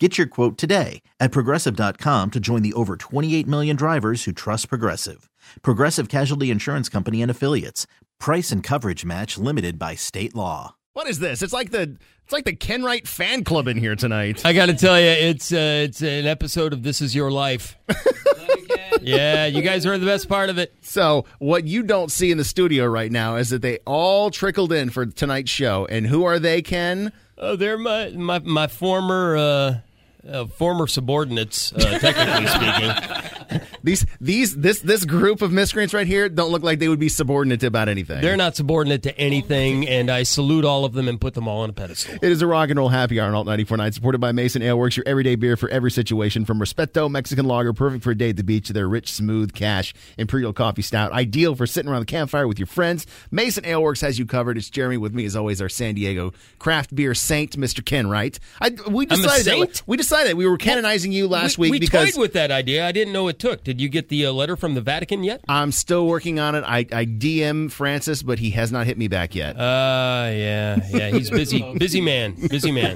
Get your quote today at progressive.com to join the over 28 million drivers who trust Progressive. Progressive Casualty Insurance Company and Affiliates. Price and coverage match limited by state law. What is this? It's like the it's like the Ken Wright fan club in here tonight. I got to tell you, it's uh, it's an episode of This Is Your Life. yeah, you guys are the best part of it. So what you don't see in the studio right now is that they all trickled in for tonight's show. And who are they, Ken? Oh, they're my my my former uh, uh, former subordinates, uh, technically speaking. These these this this group of miscreants right here don't look like they would be subordinate about anything. They're not subordinate to anything, and I salute all of them and put them all on a pedestal. It is a rock and roll happy hour on Alt 94.9, supported by Mason Ale Works, your everyday beer for every situation. From Respeto Mexican Lager, perfect for a day at the beach, to their rich, smooth cash Imperial Coffee Stout, ideal for sitting around the campfire with your friends. Mason Ale Works has you covered. It's Jeremy with me, as always, our San Diego craft beer saint, Mr. Ken Wright. I, we I'm a decided saint? That, we decided we were canonizing you last we, week we because toyed with that idea. I didn't know it took. Did you get the uh, letter from the Vatican yet? I'm still working on it. I, I DM Francis, but he has not hit me back yet. Uh, yeah, yeah. He's busy, busy man, busy man.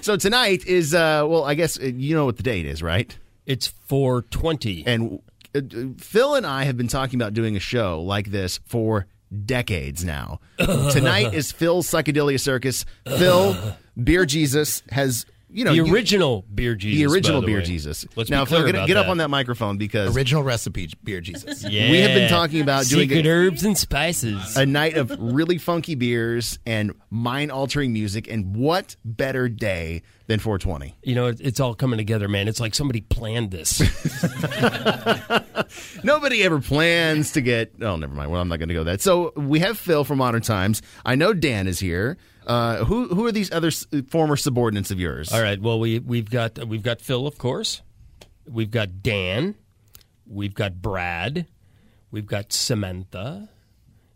so tonight is, uh, well, I guess uh, you know what the date is, right? It's four twenty. And uh, uh, Phil and I have been talking about doing a show like this for decades now. tonight is Phil's Psychedelia Circus. Phil, Beer Jesus, has, you know, The you- original beer Jesus. the original by the Beer way. Jesus. Let's now, be clear Phil, get, about get that. up on that microphone because Original recipe, beer Jesus. Yeah. we have been talking about doing Uh, secret a- herbs and spices. a night of really funky beers and mind altering music. And what better day than 420? you know, it, it's all coming together, man. It's like somebody planned this. Nobody ever plans to get. Oh, never mind. Well, I'm not going to go that. So we have Phil from Modern Times. I know Dan is here. Uh, who who are these other s- former subordinates of yours? all right. Well, we we've got we've got Phil, of course. We've got Dan. We've got Brad. We've got Samantha,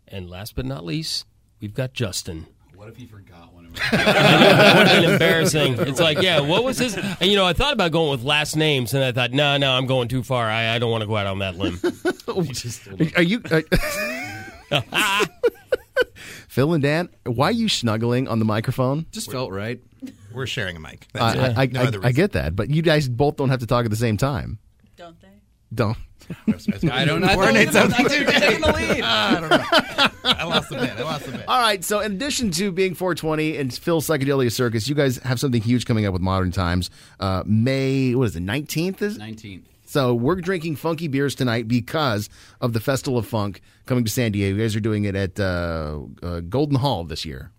and last but not least, we've got Justin. What if he forgot one of What an embarrassing! It's like, yeah, what was his? And you know, I thought about going with last names, and I thought, no, no, I'm going too far. I, I don't want to go out on that limb. Are you? Are, Phil and Dan, why are you snuggling on the microphone? Just felt right. We're sharing a mic. I- That's it. I, I, No I- other I get that, but you guys both don't have to talk at the same time. don't they? Don't. reason. I don't coordinate something. taking the lead. I don't know. I lost the bit. I lost the bit. All right. So, in addition to being 420 and Phil Psychedelia Circus, you guys have something huge coming up with Modern Times. Uh, May, what is it, 19th? Is it? 19th. So, we're drinking funky beers tonight because of the Festival of Funk coming to San Diego. You guys are doing it at uh, uh, Golden Hall this year.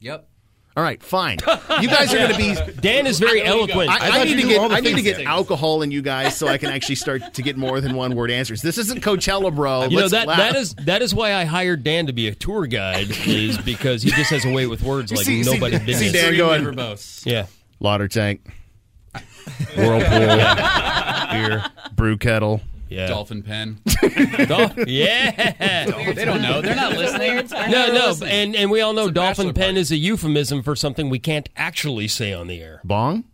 Yep. All right, fine. You guys are going to be. Dan is very eloquent. I, I need you to knew get all the I need to things get that- alcohol in you guys so I can actually start to get more than one word answers. This isn't Coachella, bro. You know Let's that laugh. that is that is why I hired Dan to be a tour guide is because he just has a way with words like see- see- nobody did. see Dan going- verbose. Yeah. Lauder tank, whirlpool, Beer. brew kettle. Yeah. Dolphin pen. Dol- yeah. they don't know. They're not listening. No, no, and and we all know dolphin bachelor pen party. is a euphemism for something we can't actually say on the air. Bong?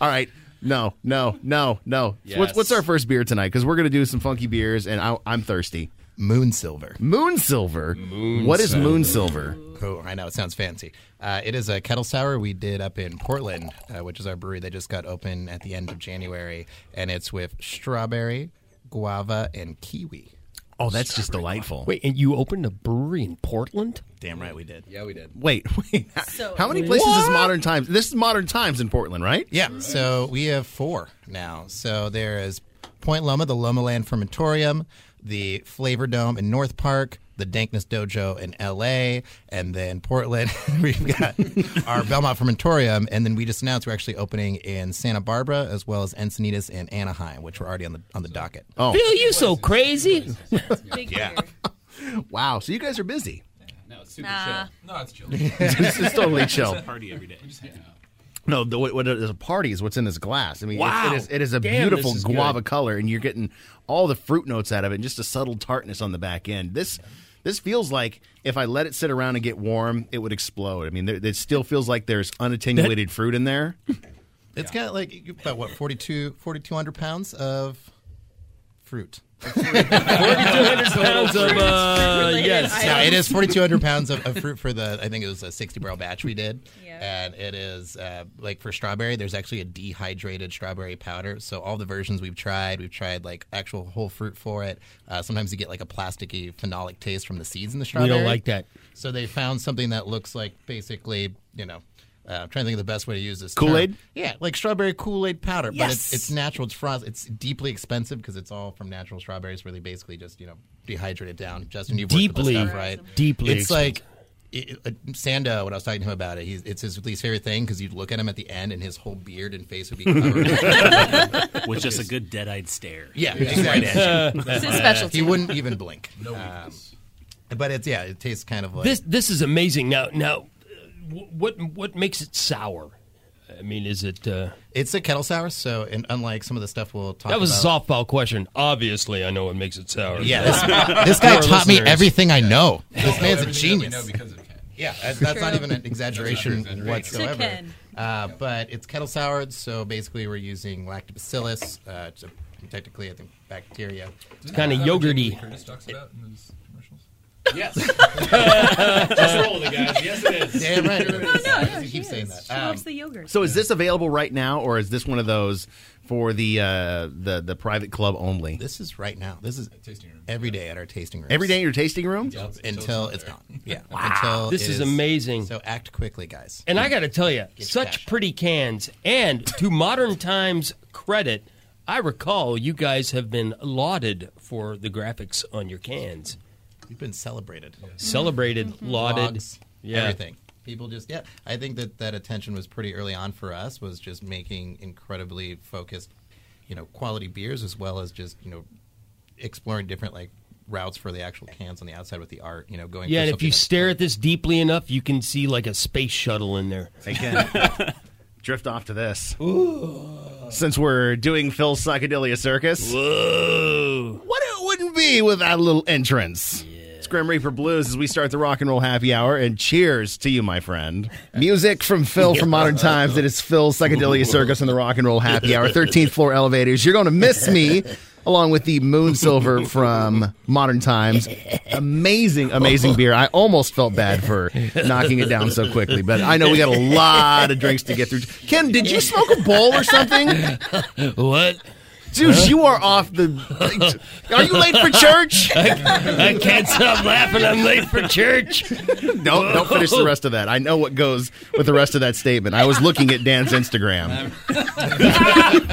All right. No, no, no, no. What's, Yes. what's our first beer tonight? Because we're going to do some funky beers, and I, I'm thirsty. Moon silver. Moon silver. what is moon silver? Oh, I know it sounds fancy. Uh, it is a kettle sour we did up in Portland, uh, which is our brewery that just got open at the end of January, and it's with strawberry, guava, and kiwi. Oh, that's just delightful. Wait, Wait, and you opened a brewery in Portland? Yeah, we did. wait, wait. So- How many places is Modern Times? This is Modern Times in Portland, right? Yeah, so we have four now. So there is Point Loma, the Loma Land Fermentorium, the Flavor Dome in North Park, the Dankness Dojo in LA, and then Portland. We've got our Belmont Fermentorium, and then we just announced we're actually opening in Santa Barbara as well as Encinitas and Anaheim, which were already on the on the docket. Oh, Bill, you so crazy. Big yeah. wow. So you guys are busy. No, it's super Nah. chill. No, it's chill. this is totally chill. Party every day. No, the, what, what it is a party is what's in this glass. I mean, Wow. it's, it is it is a Damn, beautiful this is guava good. color, and you're getting all the fruit notes out of it, and just a subtle tartness on the back end. This this feels like if I let it sit around and get warm, it would explode. I mean, there, it still feels like there's unattenuated fruit in there. It's got like about what 42 4,200 pounds of fruit. 4,200 pounds of, uh, Related yes. items. Yeah, it is 4,200 pounds of, of fruit for the, I think it was a 60 barrel batch we did. Yeah. And it is, uh, like for strawberry, there's actually a dehydrated strawberry powder. So all the versions we've tried, we've tried like actual whole fruit for it. Uh, sometimes you get like a plasticky phenolic taste from the seeds in the We strawberry. don't like that. So they found something that looks like basically, you know, uh, I'm trying to think of the best way to use this. Kool-Aid? term. Yeah, like strawberry Kool Aid powder. But Yes. it's, it's natural. It's frost. It's deeply expensive because it's all from natural strawberries where they basically just, you know, dehydrate it down. Justin, you've worked with Deeply, this stuff, right? deeply It's like. It, uh, Sando, when I was talking to him about it, he's, it's his least favorite thing because you'd look at him at the end and his whole beard and face would be covered. With just a good dead-eyed stare. yeah, exactly. It's his specialty. Oh, he wouldn't even blink. No, but it's yeah, it tastes kind of like This this is amazing. Now now, uh, wh- what what makes it sour? I mean, is it? Uh, It's a kettle sour, so and unlike some of the stuff we'll talk about. that was a softball question. Obviously, I know what makes it sour. Yeah, this, this guy Our taught me listeners. everything I know. This man's a Everything that we genius. know because of Ken. Yeah, that's, that's not True. even an exaggeration That's not an exaggeration. To whatsoever. Ken. Uh, but it's kettle soured, so basically we're using lactobacillus, uh, to, technically I think bacteria. it's kind of yogurty. Curtis talks about in his commercials. Yes. just roll with it, guys. Yes, it is. Damn right. no, no, You she keep saying is. that. Um, She loves the yogurt. So is this available right now, or is this one of those for the uh, the the private club only? This is right now. This is tasting room. every day at our tasting room. Every day in your tasting room. until it's gone. Yeah. Until This it is amazing. So act quickly, guys. And I got to tell you, Get such cash. pretty cans. And to modern times credit, I recall you guys have been lauded for the graphics on your cans. We've been celebrated. Celebrated, lauded, blogs, yeah. Mm-hmm. everything. People just yeah. I think that that attention was pretty early on for us was just making incredibly focused, you know, quality beers as well as just you know exploring different like routes for the actual cans on the outside with the art. You know, going Yeah, for and if you something stare at this deeply enough, you can see like a space shuttle in there. Again, drift off to this. Since we're doing Phil's psychedelia circus, Whoa! what it wouldn't be without a little entrance. It's Grim Reaper Blues as we start the rock and roll happy hour, and cheers to you, my friend. Music from Phil from Modern Times. It is Phil's psychedelia circus and the rock and roll happy hour. Thirteenth floor elevators. You're going to miss me. Along with the Moon Silver from Modern Times, amazing, amazing beer. I almost felt bad for knocking it down so quickly, but I know we got a lot of drinks to get through. Ken, did you smoke a bowl or something? What? Dude, you are off the. Are you late for church? I can't stop laughing. I'm late for church. Don't don't finish the rest of that. I know what goes with the rest of that statement. I was looking at Dan's Instagram. Look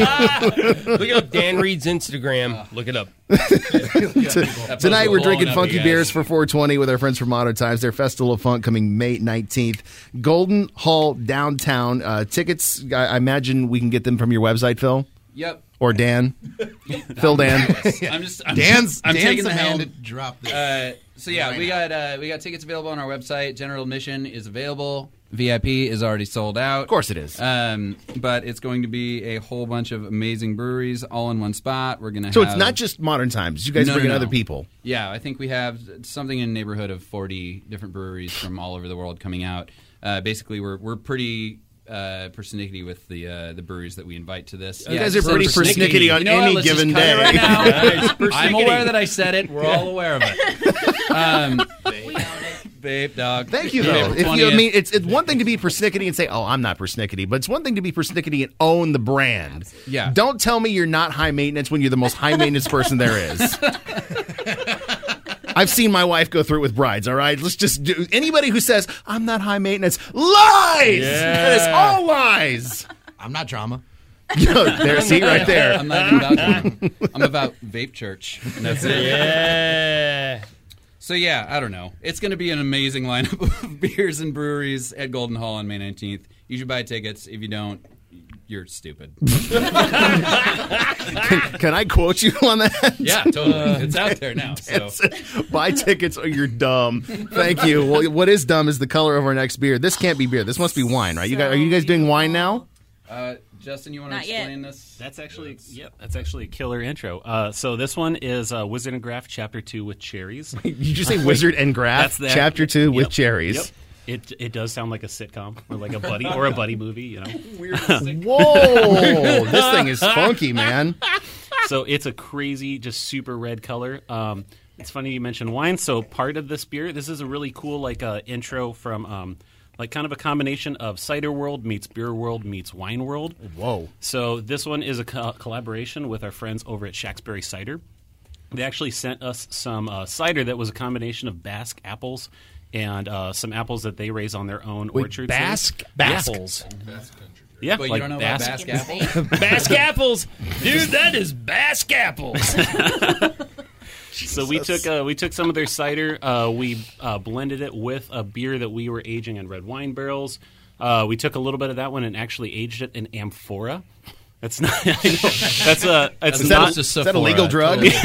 up Dan Reed's Instagram. Look it up. Tonight we're blowing drinking up, funky you guys. beers for 420 with our friends from Modern Times. Their Festival of Funk coming May 19th, Golden Hall downtown. Uh, tickets, I, I imagine we can get them from your website, Phil Yep. or Dan, Phil Dan. I'm just. I'm Dan's I'm Dan's taking the man helm. to drop this. Uh, so yeah, we got uh, we got tickets available on our website. General admission is available. VIP is already sold out. Of course it is. Um, but it's going to be a whole bunch of amazing breweries all in one spot. We're gonna. So have, it's not just Modern Times. You guys Uh, No, bring in no, no. other people. Yeah, I think we have something in the neighborhood of 40 different breweries from all over the world coming out. Uh, basically, we're we're pretty uh, persnickety with the uh, the breweries that we invite to this. You guys are pretty persnickety on You know what? any Let's just given cut it day. right now. Guys, I'm persnickety. aware that I said it. We're all aware of it. Um, we own it. babe, dog. Thank you, Babe, though. If you, I 20th. mean, it's, it's one thing to be persnickety and say, "Oh, I'm not persnickety," but it's one thing to be persnickety and own the brand. Yeah. Don't tell me you're not high maintenance when you're the most high maintenance person there is. I've seen my wife go through it with brides. All right, let's just do. Anybody who says I'm not high maintenance lies. That is all lies. I'm not drama. Yo, there, see right there. I'm not even about drama. I'm about vape church. And that's it. Yeah. So yeah, I don't know. It's going to be an amazing lineup of beers and breweries at Golden Hall on May 19th. You should buy tickets. If you don't, you're stupid. Can I quote you on that? yeah, totally. Uh, it's out there now. So Buy tickets or you're dumb. Thank you. Well, what is dumb is the color of our next beer. This can't be beer. This must be wine, right? You guys, are you guys doing wine now? uh, Justin, you want to Not yet. explain this? That's actually yep. That's actually a killer intro. Uh, so this one is uh, Wizard and Graph Chapter Two with cherries. You just say Wizard and Graph, That's that. Chapter Two with Yep. cherries. Yep. It it does sound like a sitcom or like a buddy or a buddy movie, you know. Whoa, this thing is funky, man. So it's a crazy, just super red color. Um, it's funny you mentioned wine. So part of this beer, this is a really cool like uh, intro from um, like kind of a combination of cider world meets beer world meets wine world. Whoa. So this one is a co- collaboration with our friends over at Shaxbury Cider. They actually sent us some uh, cider that was a combination of Basque apples and uh, some apples that they raise on their own orchards. Basque? Basque. apples. Yeah, But you like don't know about Basque. Basque Apple? Basque apples, dude. That is Basque apples. So we took uh, we took some of their cider. Uh, we uh, blended it with a beer that we were aging in red wine barrels. Uh, we took a little bit of that one and actually aged it in amphora. That's not. I know. that's a. It's that not. a- is that a legal drug? We used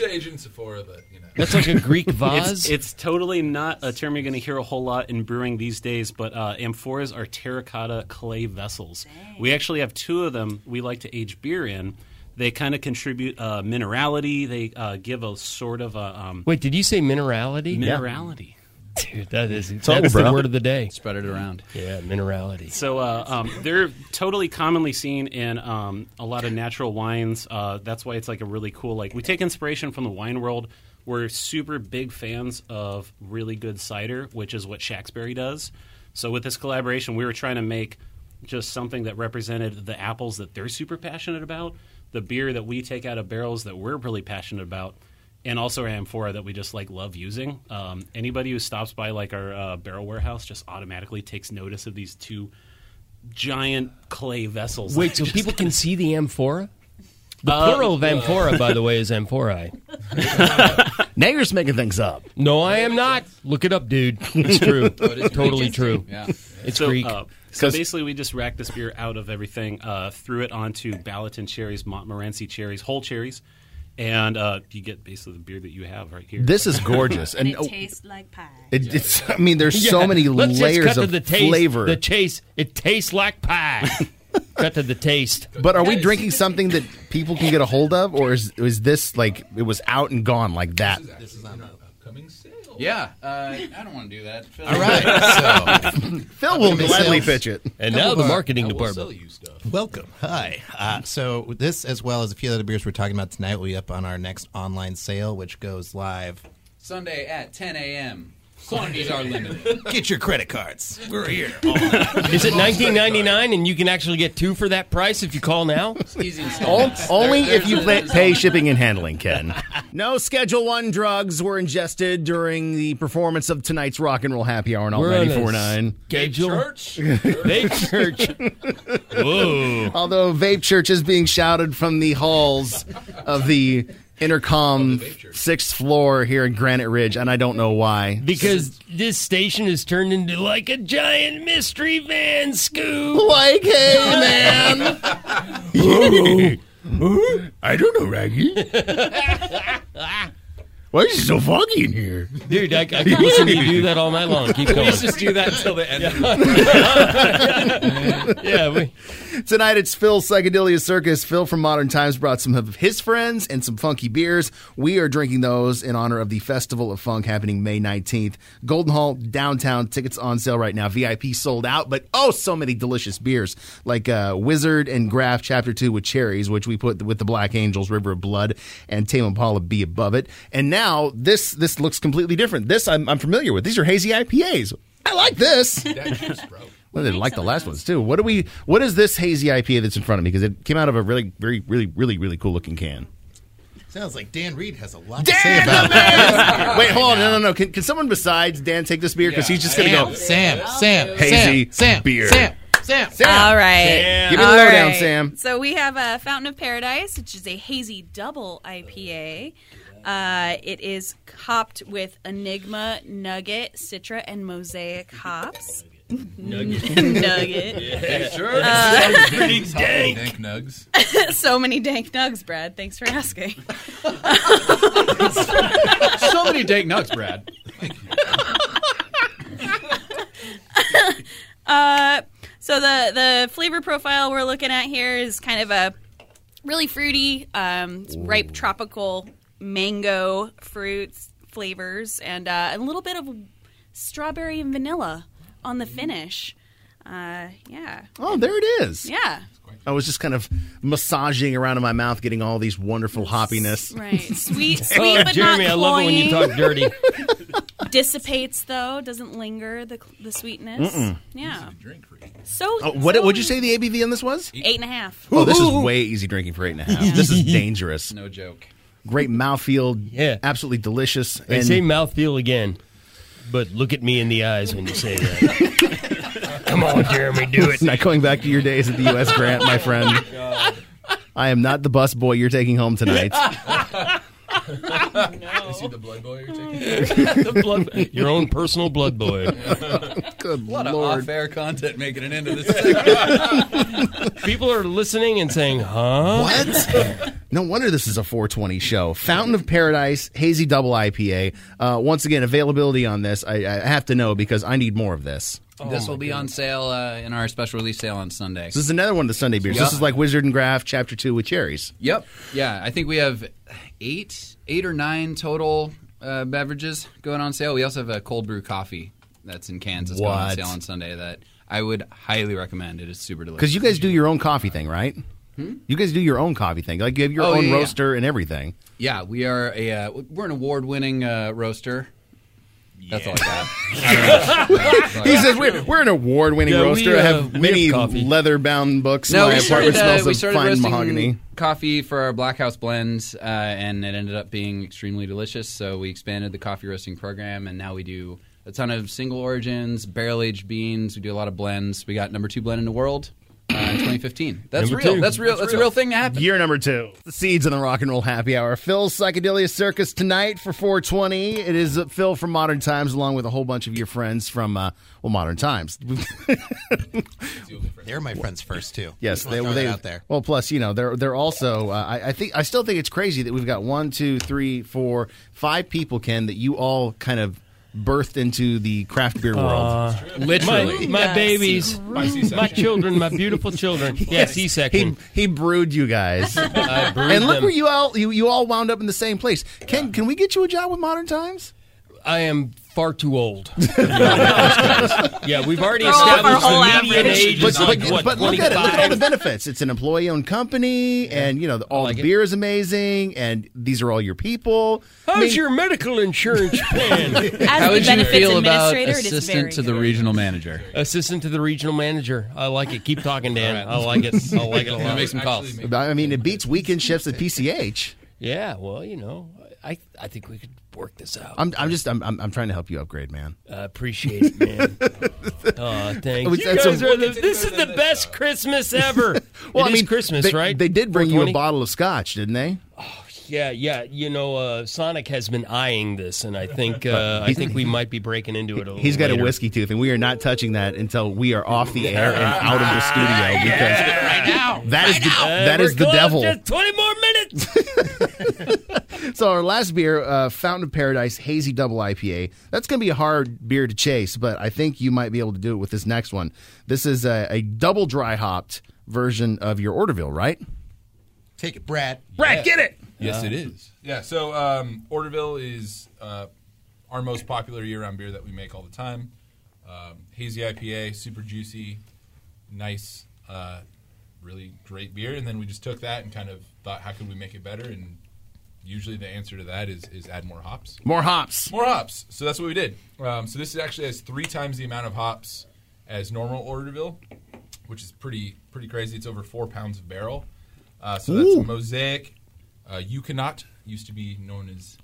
to age in Sephora, but you know. That's like a Greek it's, vase. it's totally not a term you're going to hear a whole lot in brewing these days, but uh, amphoras are terracotta clay vessels. We actually have two of them we like to age beer in. They kind of contribute uh, minerality. They uh, give a sort of a um, Wait, did you say minerality? minerality. Dude, that is all, that is bro. the word of the day. Spread it around. Yeah, minerality. So uh, um, they're totally commonly seen in um, a lot of natural wines. Uh, that's why it's like a really cool. Like we take inspiration from the wine world. We're super big fans of really good cider, which is what Shaxbury does. So with this collaboration, we were trying to make just something that represented the apples that they're super passionate about, the beer that we take out of barrels that we're really passionate about, and also our amphora that we just like love using. Um, anybody who stops by like our uh, barrel warehouse just automatically takes notice of these two giant clay vessels. Wait, so people can see the amphora? The plural of amphora, by the way, is amphorae. Now you're just making things up. No, I am not. Look it up, dude. It's true. But it's totally interesting. true. Yeah. It's so, Greek. uh, so 'Cause- basically, we just racked this beer out of everything, uh, threw it onto Ballatin cherries, Montmorency cherries, whole cherries, and uh, you get basically the beer that you have right here. This is gorgeous, And and it oh, tastes like pie. it, it's. I mean, there's so Yeah, many let's just layers cut to of the taste, flavor. The chase. It tastes like pie. cut to the taste. But are we drinking something that people can get a hold of, or is is this like it was out and gone like that? This is an upcoming sale. Yeah. Uh, I don't want to do that. All right. So, Phil will Upcoming gladly sales. pitch it. And now the marketing I will department. sell you stuff. welcome. Hi. Uh, so, this, as well as a few other beers we're talking about tonight, will be up on our next online sale, which goes live. Sunday at 10 a.m. Quantities are limited. Get your credit cards. We're here. Is it 19.99 and you can actually get two for that price if you call now? Easy On- installments. Only There- if you there's- pay, there's- pay shipping and handling, Ken. no Schedule One drugs were ingested during the performance of tonight's Rock and Roll Happy Hour on all We're on a 94.9. schedule. Church. They church. Whoa. Although vape church is being shouted from the halls of the intercom sixth floor here in Granite Ridge, and I don't know why. Because this station is turned into like a giant mystery van scoop. Like, hey, man. I don't know, Raggy. Why is it so foggy in here? Dude, I, I could listen to you do that all night long. Keep going. Let's just do that until the end. Yeah, we, Tonight it's Phil's Psychedelia Circus. Phil from Modern Times brought some of his friends and some funky beers. We are drinking those in honor of the Festival of Funk happening May 19th. Golden Hall, downtown. Tickets on sale right now. VIP sold out, but oh, so many delicious beers like uh, Wizard and Graph Chapter 2 with Cherries, which we put with the Black Angels, River of Blood, and Tame Impala Be Above It. And now this this looks completely different. This I'm, I'm familiar with. These are hazy IPAs. I like this. That juice, bro. Well, they Thanks, like the last Elena. ones too. What do we? What is this hazy IPA that's in front of me? Because it came out of a really, very, really, really, really cool looking can. Sounds like Dan Reed has a lot to say Dan about the man! Wait, hold on, no, no, no. Can, can someone besides Dan take this beer? Because he's just gonna go. Sam, Sam, Hazy Sam, beer. Sam, Sam, Sam. Sam, All right. Sam. Give me the All lowdown, right. Sam. So we have a Fountain of Paradise, which is a hazy double IPA. Uh, it is hopped with Enigma, Nugget, Citra, and Mosaic hops. Nugget. nugget. Sure. Pretty Dank. dank. nugs. so many dank nugs, Brad. Thanks for asking. so many dank nugs, Brad. So the the flavor profile we're looking at here is kind of a really fruity, um, it's ripe tropical mango fruits flavors, and uh, a little bit of strawberry and vanilla on the finish. Uh, yeah, Oh, there it is. yeah, I was just kind of massaging around in my mouth, getting all these wonderful hoppiness. right. Sweet, sweet, Oh, but Jeremy, not I love it when you cloying. talk dirty. Dissipates though, doesn't linger the the sweetness. Yeah, Drink for you. so Oh, what so would you say the ABV on this was? Eight and a half. Oh, this is way easy drinking for eight and a half. This is dangerous. No joke. Great mouthfeel. Yeah. Absolutely delicious. They and say mouthfeel again, but look at me in the eyes when you say that. Come on, Jeremy, do it. not going back to your days at the U.S. Grant, my Oh friend. I am not the bus boy you're taking home tonight. You see the blood boil you're taking? The blood- your own personal blood boy. Good A lot of lord. off-air content making an end of this. segment. People are listening and saying, huh? What? no wonder this is a 420 show. Fountain of Paradise, hazy double IPA. Uh, once again, availability on this. I, I have to know because I need more of this. this will be on sale uh, in our special release sale on Sunday. This is another one of the Sunday beers. This Yeah. is like Wizard and Graph Chapter Two with cherries. Yep. Yeah, I think we have eight, eight or nine total uh, beverages going on sale. We also have a cold brew coffee that's in cans that's going on What? sale on Sunday. That I would highly recommend. It is super delicious. Because you guys do your own coffee thing, right? You guys do your own coffee thing. Like you have your Hmm? Oh, own yeah, yeah. roaster and everything. Yeah, we are a uh, we're an award-winning uh, roaster. That's all I got. He says we're, we're an award-winning Yeah, we, roaster. I uh, have we have many coffee. leather-bound books. No, My we apartment started, uh, smells we of started fine roasting mahogany. coffee for our Black House blends, uh, and it ended up being extremely delicious. So we expanded the coffee roasting program, and now we do a ton of single origins, barrel aged beans. We do a lot of blends. We got number two blend in the world uh, in 2015. That's Number real. two. That's real. That's, a real thing that happened. Year number two. The seeds in the rock and roll happy hour. Phil's Psychedelia Circus tonight for 420. It is uh, Phil from Modern Times, along with a whole bunch of your friends from uh, well, Modern Times. They're my friends first too. Yes, Just they were wanna throw that out there. Well, plus you know they're they're also. Uh, I, I think I still think it's crazy that we've got one, two, three, four, five people, Ken, that you all kind of birthed into the craft beer world. My, my Yeah. babies, By C-section. my children, my beautiful children. Yes, he he section. he brewed you guys, and I brewed look them. where you all you, you all wound up in the same place. Ken, can we get you a job with Modern Times? I am far too old. yeah, we've already Throw off our established whole the median average. age But, is like but, what but look 25. at it. Look at all the benefits. It's an employee-owned company, and you know the, all like the it. beer is amazing, and these are all your people. I mean- How's your medical insurance plan? As How the would you benefits feel about administrator, it is very assistant to the regional manager? Assistant to the regional manager. I like it. Keep talking, Dan. I like it. I like it a lot. Make some calls. Actually, I mean, it beats weekend shifts at PCH. Yeah, well, you know, I I think we could work this out. I'm, I'm just, I'm, I'm, I'm trying to help you upgrade, man. I appreciate it, man. Aw, thanks. You That's guys a- are the, this is the best Christmas ever. It is Christmas, they, right? They did bring you a 420? bottle of scotch, didn't they? Yeah, yeah. You know, uh, Sonic has been eyeing this, and I think uh, I think we might be breaking into it a little. He's got later. a whiskey tooth, and we are not touching that until we are off the air and out of the studio because Right now. that is the, Uh, that we're is the going devil. Just Twenty more minutes. So our last beer, uh, Fountain of Paradise Hazy Double IPA. That's going to be a hard beer to chase, but I think you might be able to do it with this next one. This is a, a double dry hopped version of your Orderville, right? Take it, Brad. Brad, get it. Yes, it is. Yeah. So um, Orderville is uh, our most popular year-round beer that we make all the time. Um, hazy IPA, super juicy, nice, uh, really great beer. And then we just took that and kind of thought, how could we make it better? And usually the answer to that is, is add more hops. More hops. More hops. So that's what we did. Um, so this actually has three times the amount of hops as normal Orderville, which is pretty pretty crazy. It's over four pounds of barrel. Uh, so that's mosaic. Uh, Euconaut used to be known as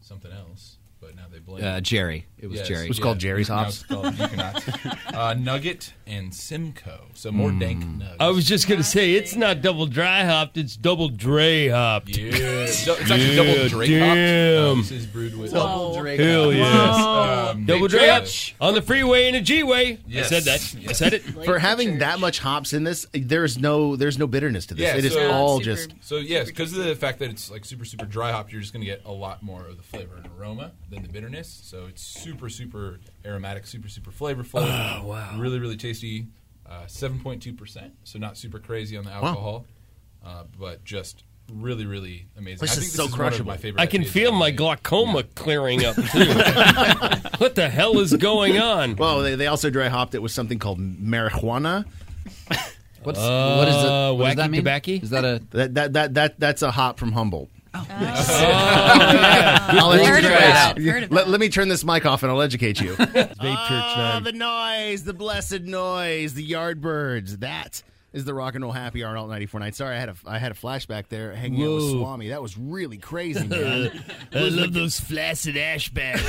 something else. but now they blend. Uh, Jerry. It was Yes, Jerry. It's called Jerry's Now hops. it's called Econox. uh, Nugget and Simcoe. So more dank nugs. I was just gonna say it's not double dry hopped; it's double dre hopped. Yeah. It's actually double Drake hopped. Uh, damn. this is brewed with Double Whoa. Drake. Hell yeah! Um, Oh, Uh, Double Big dre Drake. hopped on the freeway in a G way. Yes. I said that. I said it. For having that much hops in this, there's no there's no bitterness to this. Yeah, it is so- all Super- just So yes, because of the fact that it's like super super dry hopped, you're just gonna get a lot more of the flavor and aroma than the bitterness. So it's super super aromatic, super super flavorful. Oh wow! Really really tasty. Uh, Seven point two percent, so not super crazy on the alcohol, uh, but just really really amazing. This I is think this so is crushable. One of my favorite. I can IPAs feel I've my made. glaucoma clearing up too. what the hell is going on? well. They, they also dry hopped it with something called marijuana. What's, what is it? Uh, What does wacky that mean? tobacco? Is that a That that that, that that's a hop from Humboldt. I'll Heard educate about you. that. Heard about Let, that. let me turn this mic off and I'll educate you. Ah, the noise, the blessed noise, the Yardbirds. That is the rock and roll happy hour alt 94 night. Sorry, I had a I had a flashback there hanging out with Whoa. Swami. That was really crazy, man. I love those flaccid ashbacks.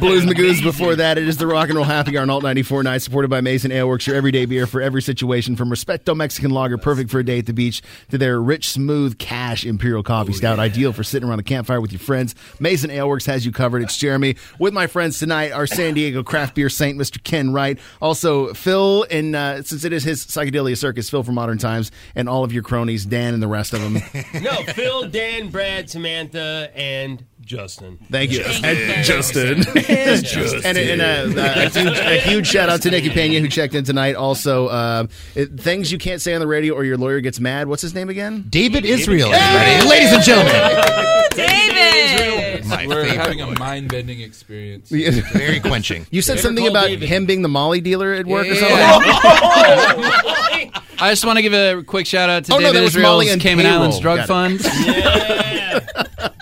Blues Magoos before that. It is the rock and roll happy hour on alt 94 night, supported by Mason Ale Works, your everyday beer for every situation, from Respecto Mexican Lager, perfect for a day at the beach, to their rich, smooth, cash Imperial Coffee Stout, ideal for sitting around the campfire with your friends. Mason Ale Works has you covered. It's Jeremy with my friends tonight, our San Diego craft beer saint, Mr. Ken Wright. Also, Phil, and uh, since it is his psychedelia circus, Phil from Modern Times, and all of your cronies, Dan and the rest of them. no, Phil, Dan, Brad, Samantha, and Justin. Thank you. Thank you. Justin. And, and, uh, uh, a, huge, a huge shout out to Nikki Pena who checked in tonight. Also, uh, it- things you can't say on the radio or your lawyer gets mad. What's his name again? David Israel, everybody. Ladies and gentlemen, David. my We're favorite. having a mind bending experience. Mm. Very quenching. You said Never something call about David. him being the Molly dealer at work or Yeah. something. I just want to give a quick shout out to Oh, no, David that was Molly Israel's and Cayman payroll. Islands Drug Got it. Fund.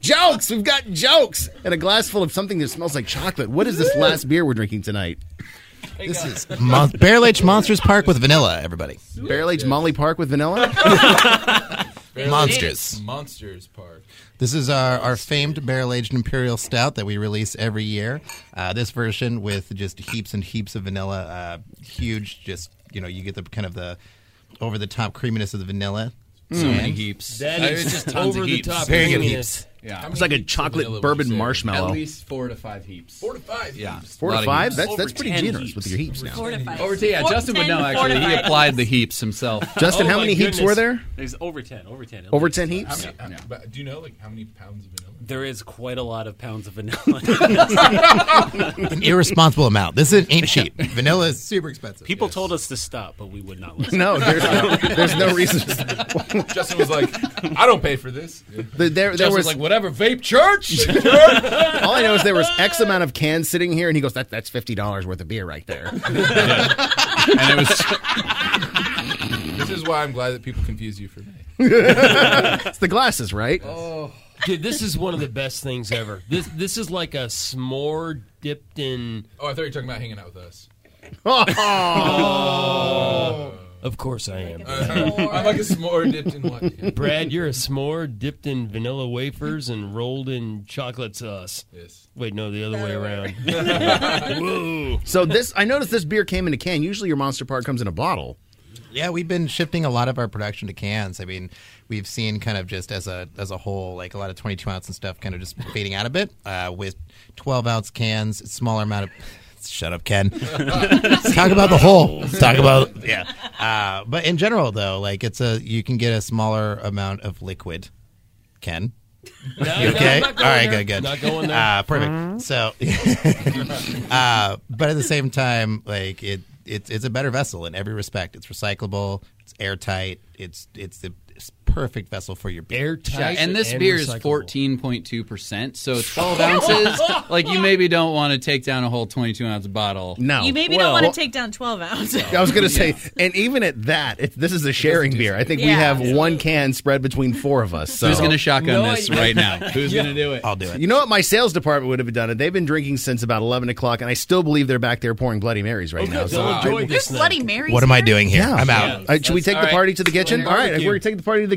Jokes! We've got jokes! And a glass full of something that smells like chocolate. What is this last beer we're drinking tonight? This is Mon- Barrel H Monsters Park with vanilla, everybody. Barrel aged Molly Park with vanilla? Barely- Monsters. Monsters Park. This is our, our famed barrel aged imperial stout that we release every year. Uh, this version with just heaps and heaps of vanilla, uh, huge. Just you know, you get the kind of the over the top creaminess of the vanilla. So many heaps. That Uh, is it's just tons over of the heaps. top. Very good creaminess. Yeah. It's like a vanilla chocolate would you bourbon say? marshmallow. At least four to five heaps. Four to five. yeah. Four A lot to of five? heaps. That's, that's Over pretty 10 generous heaps. with your heaps now. Fortified. Over to, yeah, Justin would know, actually. He applied the heaps himself. Justin, Oh how my many heaps goodness. were there? There's over ten, over ten, at Over least. 10 How heaps? many, how- but do you know like how many pounds of vanilla? There is quite a lot of pounds of vanilla. An irresponsible amount. This is, ain't cheap. Vanilla is super expensive. People told us to stop, but we would not listen. No, there's no, there's no reason. Justin was like, I don't pay for this. The- There, there Justin was was like, whatever, vape church. all I know is there was X amount of cans sitting here, and he goes, "That that's fifty dollars worth of beer right there." and it was This is why I'm glad that people confuse you for me. It's the glasses, right? Dude, this is one of the best things ever. This this is like a s'more dipped in. Oh, I thought you were talking about hanging out with us. Of course I am. I'm like a s'more dipped in what? Yeah. Brad, you're a s'more dipped in vanilla wafers and rolled in chocolate sauce. Yes. Wait, no, the other way around. So this, I noticed this beer came in a can. Usually, your Monster Park comes in a bottle. Yeah, we've been shifting a lot of our production to cans. I mean, we've seen kind of just as a as a whole, like a lot of twenty two ounce and stuff, kind of just fading out a bit uh, with twelve ounce cans, smaller amount of. Shut up, Ken. Let's talk about the whole. Let's talk about yeah. Uh, but in general, though, like it's a you can get a smaller amount of liquid. Ken, No, you no, okay? I'm not All going right, there. good, good. Not going there. Uh, perfect. So, uh, but at the same time, like it, it's it's a better vessel in every respect. It's recyclable. It's airtight. It's it's the it's perfect vessel for your beer. Airtight. Yeah, and this beer is recyclable. 14.2%, so 12 ounces. Like, you maybe don't want to take down a whole 22 ounce bottle. No, You maybe Well- don't want to take down 12 ounces. I was gonna say, and even at that, it, this is a sharing beer. I think we Yeah. have one can spread between four of us. So. Who's going to shotgun No, this I- right now? Who's going to do it? I'll do it. You know what? My sales department would have done it. They've been drinking since about eleven o'clock, and I still believe they're back there pouring Bloody Marys right now. They'll So I- enjoy There's this. Bloody Mary's. What am I here? doing here? I'm out. All right, should we take the all right. party to the kitchen? We're All right, barbecue. we're gonna take the party to the